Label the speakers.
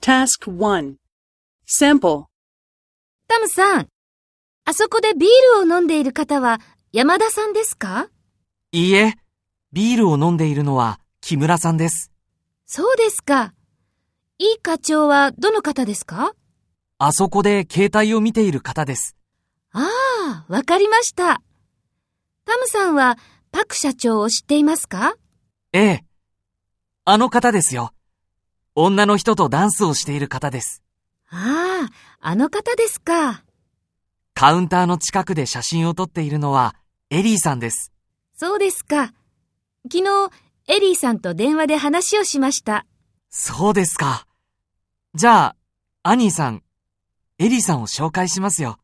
Speaker 1: Task 1 Sample
Speaker 2: タムさん、あそこでビールを飲んでいる方は山田さんですか
Speaker 3: いいえ、ビールを飲んでいるのは木村さんです。
Speaker 2: そうですか。いい課長はどの方ですか
Speaker 3: あそこで携帯を見ている方です。
Speaker 2: ああ、わかりました。タムさんはパク社長を知っていますか
Speaker 3: ええ。あの方ですよ。女の人とダンスをしている方です。
Speaker 2: ああ、あの方ですか。
Speaker 3: カウンターの近くで写真を撮っているのはエリーさんです。
Speaker 2: そうですか。昨日、エリーさんと電話で話をしました。
Speaker 3: そうですか。じゃあ、アニーさん、エリーさんを紹介しますよ。